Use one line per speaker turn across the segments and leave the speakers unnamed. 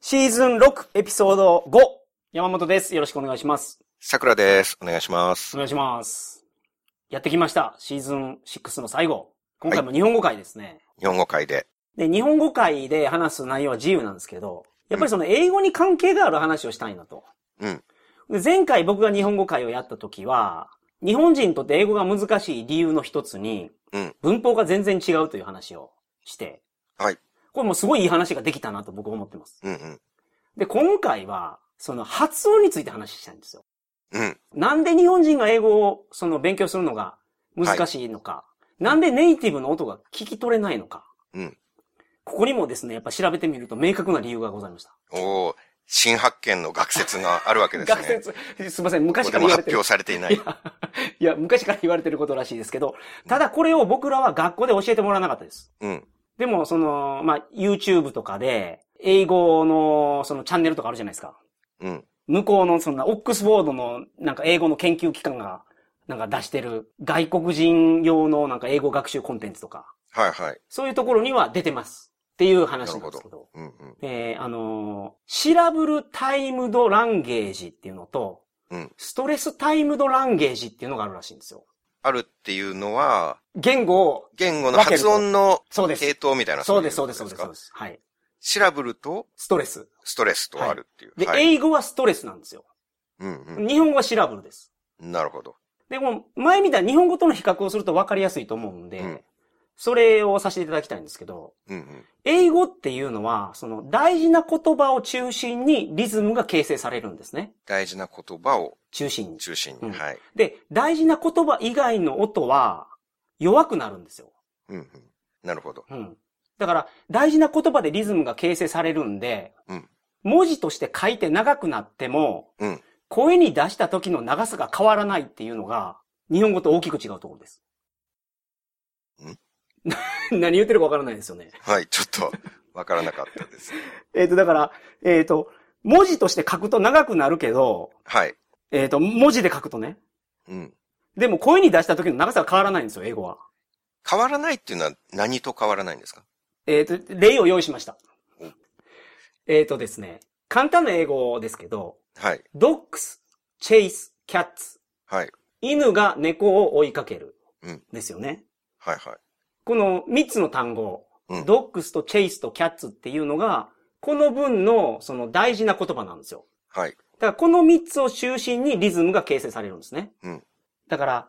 シーズン6、エピソード5。山本です。よろしくお願いします。
桜です。お願いしま
お
す。
願いします。やってきました。シーズン6の最後。今回も日本語会ですね。
日本語会で。
で、日本語会で話す内容は自由なんですけど、やっぱりその英語に関係がある話をしたいなと。
うん。
で前回僕が日本語会をやった時は、日本人にとって英語が難しい理由の一つに、
うん
文法が全然違うという話をして、
はい。
これもうすごいいい話ができたなと僕思ってます。
うんうん。
で、今回は、その発音について話したいんですよ。
うん。
なんで日本人が英語をその勉強するのが難しいのか、なんでネイティブの音が聞き取れないのか、
うん。
ここにもですね、やっぱ調べてみると明確な理由がございました。
おお新発見の学説があるわけです
学
ね。
説、すいません、
こ
昔
こ
か
で
ら
も
言われ
発
てる
表。されていない。
いや、昔から言われてることらしいですけど、ただこれを僕らは学校で教えてもらわなかったです。
うん。
でも、その、まあ、YouTube とかで、英語の、そのチャンネルとかあるじゃないですか。
うん。
向こうの、そんな、オックスフォードの、なんか英語の研究機関が、なんか出してる、外国人用の、なんか英語学習コンテンツとか、
はいはい。
そういうところには出てます。っていう話なんですけど。
うんうん。
えー、あのーシラブルタイムドランゲージっていうのと、
うん
ストレスタイムドランゲージっていうのがあるらしいんですよ。
あるっていうのは、
言語を、
言語の発音の
そうです。
系統みたいな。
そうです、そうです、そうです、
か
そうです。はい。
シラブルと
ストレス。
ストレスとあるっていう。
で、
はい。
英語はストレスなんですよ。
うん
日本語はシラブルです。
うん。なるほど。
でも、前みたいに日本語との比較をすると分かりやすいと思うんで、
うん
それをさせていただきたいんですけど、
うんうん。
英語っていうのは、その大事な言葉を中心にリズムが形成されるんですね。
大事な言葉を
中心に。
中心
うん
に。はい。
で、大事な言葉以外の音は弱くなるんですよ。
うんうん。なるほど。
うん。だから、大事な言葉でリズムが形成されるんで、
うん
文字として書いて長くなっても、
うん
声に出した時の長さが変わらないっていうのが、日本語と大きく違うところです。 何言ってるかわからないですよね。
はい。ちょっと、わからなかったです。
えっ、と、だから、えっ、と、文字として書くと長くなるけど、
はい。
えっ、と、文字で書くとね。
うん。
でも声に出した時の長さが変わらないんですよ、英語は。
変わらないっていうのは何と変わらないんですか
えっ、と、例を用意しました
お。
えっ、とですね、簡単な英語ですけど、
はい。
ドッグス、チェイス、キャッツ。
はい。
犬が猫を追いかける。
うん
ですよね。
はいはい。
この3つの単語、
うん
ドッグスとチェイスとキャッツっていうのが、この文のその大事な言葉なんですよ。
はい。
だからこの3つを中心にリズムが形成されるんですね。
うん
だから、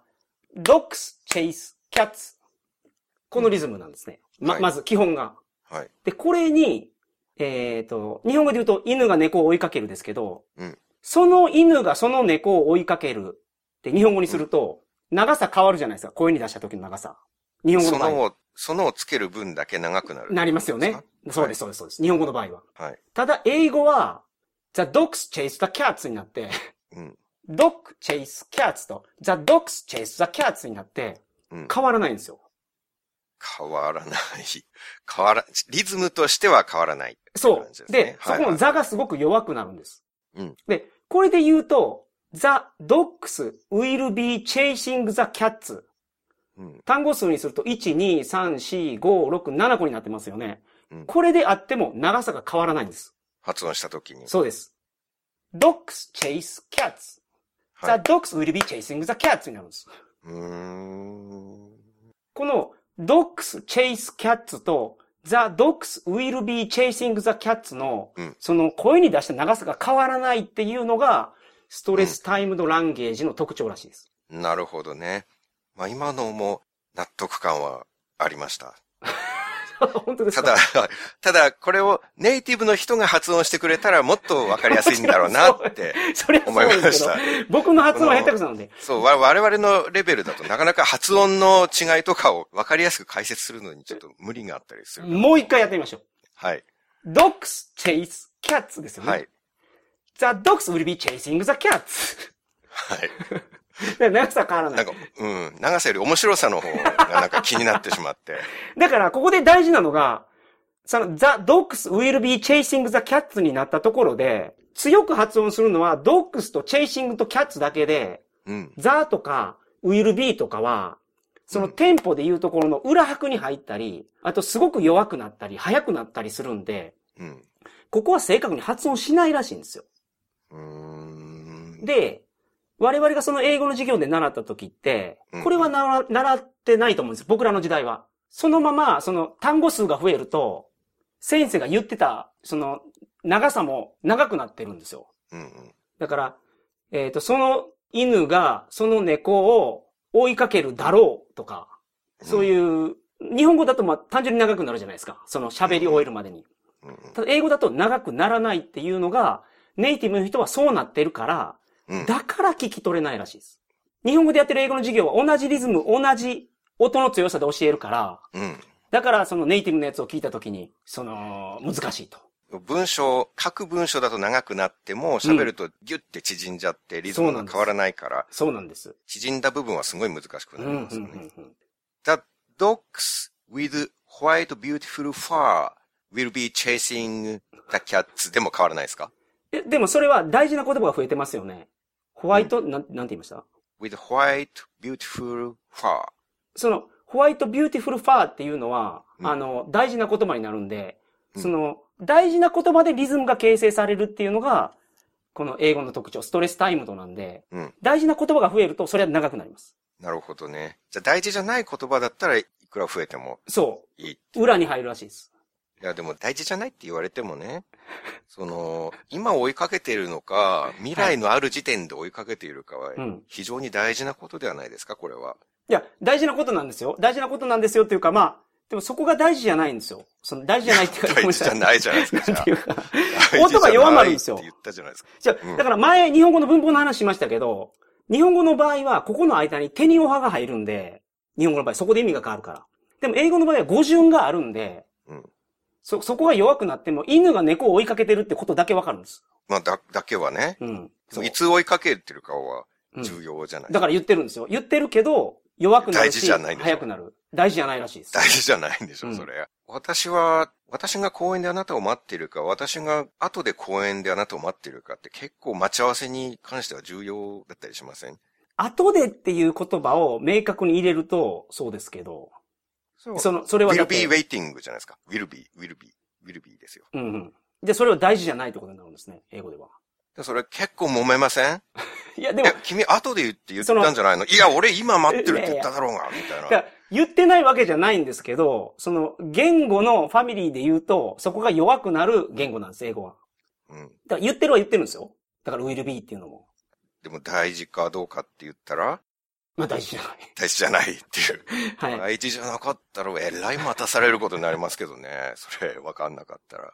ドッグス、チェイス、キャッツ。このリズムなんですね。ま、
はい
まず基本が。
はい。
で、これに、えっ、と、日本語で言うと犬が猫を追いかけるですけど、
うん
その犬がその猫を追いかけるって日本語にすると、長さ変わるじゃないですか。声に出した時の長さ。日本語
そ
の場合
のを、そのをつける分だけ長くなる。
なりますよね。そうです、そうです、そうです。日本語の場合は。
はい。
ただ、英語は、the dogs chase the cats にな って、
うん。
dog chase cats と the dogs chase the cats になって、
うん。
変わらないんですよ。
変わらない。 変わら、リズムとしては変わらない。
そ
感じ
う。
ですね
で、そ
はい
この座がすごく弱くなるんです。
うん
で、これで言うと、the dogs will be chasing the cats。
うん。
単語数にすると、1、2、3、4、5、6、7個になってますよね。
うん
これであっても長さが変わらないんです。
発音したときに。
そうです。dogs chase cats。the
はい。
dogs will be chasing the cats になるんです。
うーん。
この dogs chase cats と the dogs will be chasing the cats の、
うん
その声に出した長さが変わらないっていうのが、ストレスタイムドランゲージの特徴らしいです。
なるほどね。まあ今のも納得感はありました。
本当です
た
か
だ、 ただこれをネイティブの人が発音してくれたらもっとわかりやすいんだろうなって
それは
思
そう
い
で
ますし
けど
た。。
僕の発音は下手くそなので。
そう、わ我々のレベルだとなかなか発音の違いとかを分かりやすく解説するのにちょっと無理があったりする。
もう一回やってみましょう。
はい。
dogs chase cats ですよね。
はい。
the dogs will be chasing the cats.
はい。
長さ変わらな
なん
い。
か、うん。長さより面白さの方がなんか気になってしまって。
だから、ここで大事なのが、その、the dogs will be chasing the cats になったところで、強く発音するのは、dogs と chasing と cats だけで、
うん。
the とか will be とかは、その
うん
テンポで言うところの裏拍に入ったり、あとすごく弱くなったり、速くなったりするんで、
うん。
ここは正確に発音しないらしいんですよ。
うーん。
で、我々がその英語の授業で習った時って
うん、
これはなら習ってないと思うんです。僕らの時代は。そのまま、その単語数が増えると、先生が言ってた、その長さも長くなってるんですよ。
うんうん。
だから、えっ、と、その犬がその猫を追いかけるだろうとか、そう
う
いう、日本語だとまあ単純に長くなるじゃないですか。その喋り終えるまでに。
ん。うんうん
ただ英語だと長くならないっていうのが、ネイティブの人はそうなってるから、
うん。
だから聞き取れないらしいです。日本語でやってる英語の授業は同じリズム、同じ音の強さで教えるから、
うん。
だからそのネイティブのやつを聞いたときに、その、難しいと。
文章、書く文章だと長くなっても、喋るとギュッて縮んじゃって、リズムが変わらないから、
そうなんです。
縮んだ部分はすごい難しく
う、
なんり
うん、
ます
う
よ
ん
ね。
うん。
The dogs with white beautiful fur will be chasing the cats でも変わらないですか
え、でもそれは大事な言葉が増えてますよね。ホワイト、なん、なんて言いました
?with white beautiful fur.
その、ホワイトビューティフルファーっていうのは、
うん
あの、大事な言葉になるんで、
うん
その、大事な言葉でリズムが形成されるっていうのが、この英語の特徴、ストレスタイムドなんで、
うん
大事な言葉が増えると、それは長くなります。
なるほどね。じゃあ大事じゃない言葉だったらいくら増えても
そ。
いい。いう
裏に入るらしいです。
や、でも大事じゃないって言われてもね、その、今追いかけているのか、未来のある時点で追いかけているかは
う、ん。
非常に大事なことではないですか、こ れは。
いや、大事なことなんですよ。大事なことなんですよっていうか、まあ、でもそこが大事じゃないんですよ。その、大事じゃないっていうか、
大事じゃないじゃないです か、じゃ
なん
あ
て。いうか。
大事じゃない
言葉弱まるんですよ
って言ったじゃないですか。
じゃあ
うん
だから前、日本語の文法の話しましたけど、日本語の場合は、ここの間に手におはが入るんで、日本語の場合、そこで意味が変わるから。でも、英語の場合は語順があるんで、
うん
そ、そこが弱くなっても、犬が猫を追いかけてるってことだけわかるんです。
まあ、だ、だけはね。
うん。そう
いつ追いかけてるかは
うん
重要じゃない。
だから言ってるんですよ。言ってるけど、弱くなる
大事
し、
じゃないでしょ
早くなる。大事じゃないらしいです。
大事じゃないんでしょ、
うん
それ。私は、私が公園であなたを待っているか、私が後で公園であなたを待っているかって結構待ち合わせに関しては重要だったりしません
後でっていう言葉を明確に入れると、そうですけど、
そ
その、それはだ
will
って
be waiting じゃないですか。will be, will be, will be ですよ。
うんうん。で、それは大事じゃないってことになるんですね、英語では。
でそれ結構揉めません
いや、でも
え、、君後で言って言ったんじゃないのいや、俺今待ってるって言っただろうが、みたい
だ
な。
から言ってないわけじゃないんですけど、その言語のファミリーで言うと、そこが弱くなる言語なんです、英語は。
うん。
だから言ってるは言ってるんですよ。だから will be っていうのも。
でも大事かどうかって言ったら、
まあ大事じゃ
大事じゃないっていう。
ない。 はい。
大事じゃなかったら、えらい待たされることになりますけど ね。それ、わかんなかったら。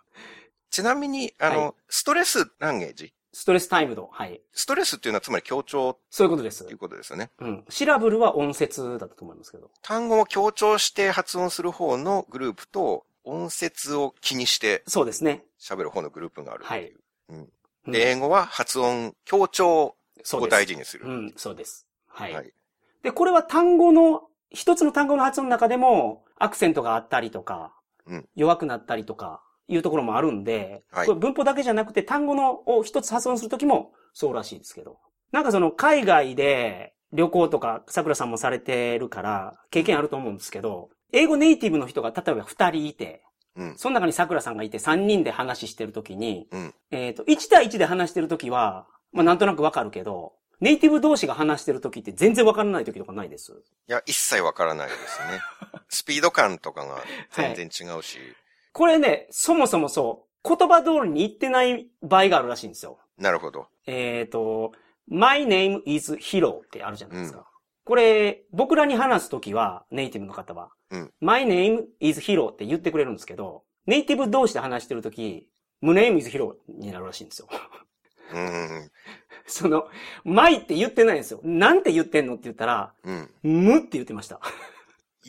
ちなみに、あの、
は
ストレスランゲージ。
ストレスタイムド。はい。
ストレスっていうのは、つまり強調
そういうことです
ってい。うことですよね。
うん。シラブルは音節だったと思いますけど。
単語を強調して発音する方のグループと、音節を気にして
そうですね。
喋る方のグループがあるっていう。
うん
で、英語は発音、強調
そう
を
です。
大事にする。
うん、そうです。はい。
はい
で、これは単語の、一つの単語の発音の中でも、アクセントがあったりとか、
うん
弱くなったりとか、いうところもあるんで、
はい
これ文法だけじゃなくて単語のを一つ発音するときもそうらしいですけど。なんかその海外で旅行とか桜さんもされてるから経験あると思うんですけど、英語ネイティブの人が例えば二人いて、
うん。
その中に桜さんがいて3人で話してるときに、
うん
えっ、と、1対1で話してるときは、まあなんとなくわかるけど、ネイティブ同士が話してるときって全然わからないときとかないです。
いや、一切わからな いですね。スピード感とかが全然違うし、
これね、そもそもそう、言葉通りに言ってない場合があるらしいんですよ。
なるほど。
えっ、と、my name is hero ってあるじゃないですか。これ、僕らに話すときは、ネイティブの方は、
うん
my name is hero って言ってくれるんですけど、ネイティブ同士で話してるとき、my name is hero になるらしいんですよ。
うん。
その、my って言ってないんですよ。なんて言ってんのって言ったら、
うん。
むって言ってま した。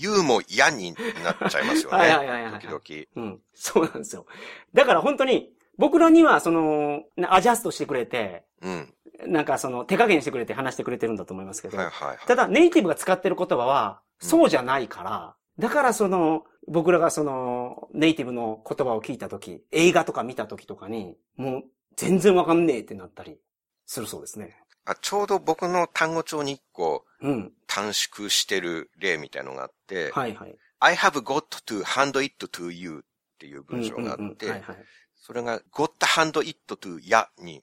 言うも嫌になっちゃいますよね。
はいはいはいはいはい
時
うん。そうなんですよ。だから本当に、僕らには、その、なアジャストしてくれて、
々。うん。
なんかその、手加減してくれて話してくれてるんだと思いますけど、
はいはいはい。
ただ、ネイティブが使ってる言葉は、
うん
そうじゃないから、だからその、僕らがその、ネイティブの言葉を聞いたとき、映画とか見たときとかに、もう、全然わかんねえってなったり、するそうですね。
あちょうど僕の単語帳に一個
うん。
短縮してる例みたいのがあって、
はいはい。
I have got to hand it to you っていう文章があって、
うんうんうんはいはい。
それが got hand it to やに、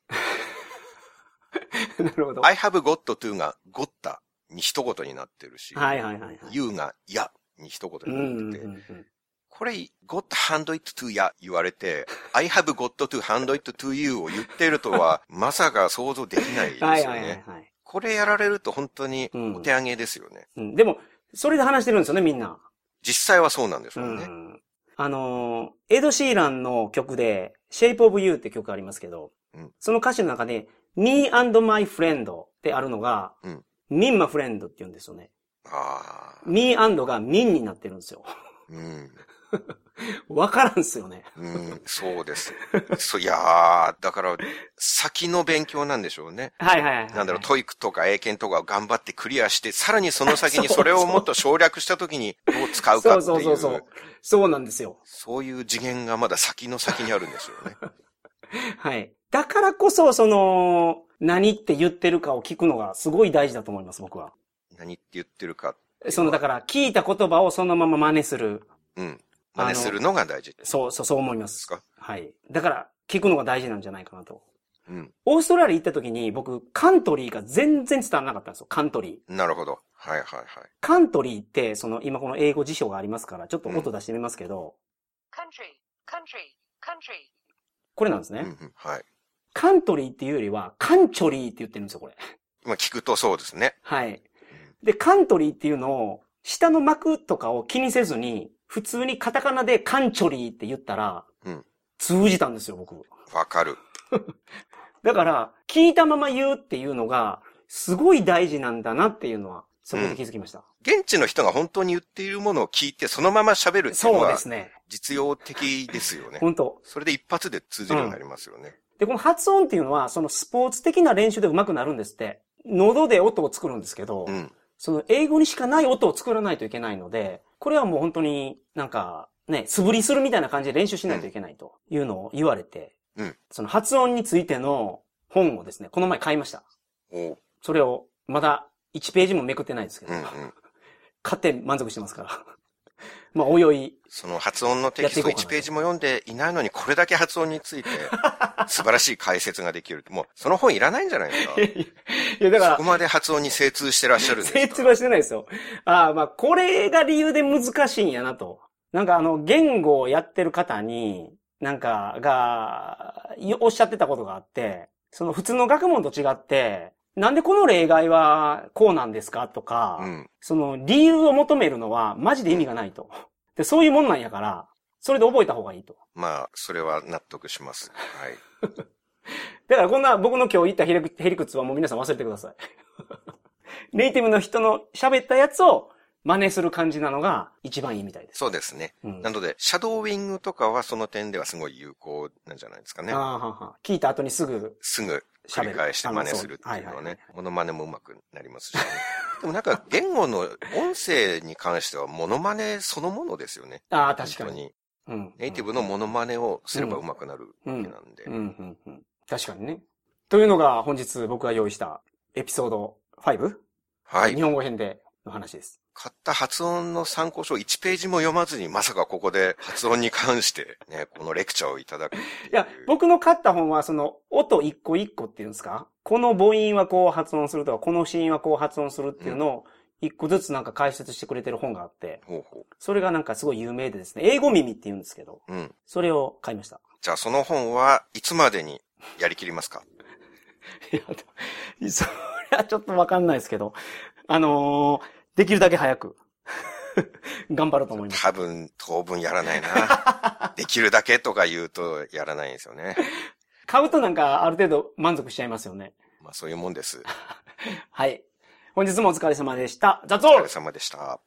なるほど。
I have got to が got に一言になってるし、
はいはいはいはい。
you がやに一
う
言
ん
にな
う
っ
ん
て
う
て、
んうん。
これ got hand it to や言われて、I have got to hand it to you を言っている とは、まさか想像できないですよね。
はいはいはいはい。
これやられると本当にお手上げですよね。
うん、でも、それで話してるんですよね、みんな。
実際はそうなんです
う
もんね。
ん。あのー、エド・シーランの曲で、Shape of You って曲ありますけど、
うん
その歌詞の中で、Me and my friend ってあるのが、
うん
Me and my friend って言うんですよね。
ああ。
Me and が Me になってるんですよ。
うん。
わからんっすよね。
うん、そうです。 そう、いやー、だから、先の勉強なんでしょうね。
はいはいはい。
なんだろう、トイックとか英検とかを頑張ってクリアして、さらにその先にそれをもっと省略した時にどう使うかって
そう
い
そう
う、
そうそう。そうなんですよ。
そういう次元がまだ先の先にあるんですよね。
はい。だからこそ、その、何って言ってるかを聞くのがすごい大事だと思います、僕は。
何って言ってるか、
その、だから、聞いた言葉をそのまま真似する。
うん。真似するのが大事で
そう、そう、そう思いますす。
か
はい。だから、聞くのが大事なんじゃないかなと。
うん。
オーストラリア行った時に、僕、カントリーが全然伝わらなかったんですよ。カントリー。
なるほど。はいはいはい。
カントリーって、その、今この英語辞書がありますから、ちょっと音出してみますけど、
country, country, country,
これなんですね。
うんうん、はい。
カントリーっていうよりは、カンチョリーって言ってるんですよ、これ。
まあ聞くとそうですね。
はい。で、カントリーっていうのを、下の幕とかを気にせずに、普通にカタカナでカンチョリーって言ったら、
うん
通じたんですよ、僕。
わかる。
だから、聞いたまま言うっていうのが、すごい大事なんだなっていうのは、そこで気づきました。
現地の人が本当に言っているものを聞いて、そのまま喋るっていうの
そうで
は
すね。
実用的で すよね。
本当
それで一発で通じるようになりますよね。
で、この発音っていうのは、そのスポーツ的な練習で上手くなるんですって。喉で音を作るんですけど、
うん。
その英語にしかない音を作らないといけないので、これはもう本当になんか、ね、素振りするみたいな感じで練習しないといけないというのを言われて、
うん
その発音についての本をですね、この前買いました。
おう
それを、まだ1ページもめくってないですけど、
うんうん。
買って満足してますから。 まあ、およ い。
その発音のテキ
や
スト
っていこうかな
1ページも読んでいないのに、これだけ発音について 素晴らしい解説ができる。もう、その本いらないんじゃないです か。
いや、だか
そ
ら
こ、まで発音に精通してらっしゃるんですか
精通はしてないですよ。ああ、まあ、これが理由で難しいんやなと。なんかあの、言語をやってる方に、なんか、が、いおっしゃってたことがあって、その普通の学問と違って、なんでこの例外はこうなんですかとか、
うん。
その理由を求めるのはマジで意味がないと。で、そういうもんなんやから、それで覚えた方がいいと。
まあ、それは納得 します。はい。
だからこんな僕の今日言ったへりくへりくつはもう皆さん忘れてください。 ネイティブの人の喋ったやつを真似する感じなのが一番いいみたいです。
そうですね。
うん
なので、シャドーイングとかはその点ではすごい有効なんじゃないですかね
あ。あはんはん聞いた後にすぐ。
すぐ
喋
繰
る
り返して真似するっていう
あ
の
そうは
は
は
い
いはい
ね、モノマネもうまくなりますし、ね、でもなんか言語の音声に関してはモノマネそのものですよね。
ああ、 確か
本当
に。
に。
うん
ネイティブのモノマネをすればうまくなるわけなんで。
うんうんうん。確かにね。というのが本日僕が用意したエピソード 5?
は
日
い。
本語編での話です。
買った発音の参考書1ページも読まずにまさかここで発音に関してね、このレクチャーをいただくっていう。
いや、僕の買った本はその音一個一個っていうんですかこの母音はこう発音するとか、この子音はこう発音するっていうのを一個ずつなんか解説してくれてる本があって、
ほうほ
それがなんかすごい有名でですね、英語耳って言うんですけど、
う。うん。
それを買いました。
じゃあその本はいつまでにやりきりますか
いや、それはちょっとわかんないですけど、あのーできるだけ早く、 頑張ろうと思います。
多分当分やらないな。できるだけとか言うとやらないんですよね。
買うとなんかある程度満足しちゃいますよね。
まあそういうもんです。
はい。本日もお疲れ様でした。ザッツオー
お疲
ル
れ様でした。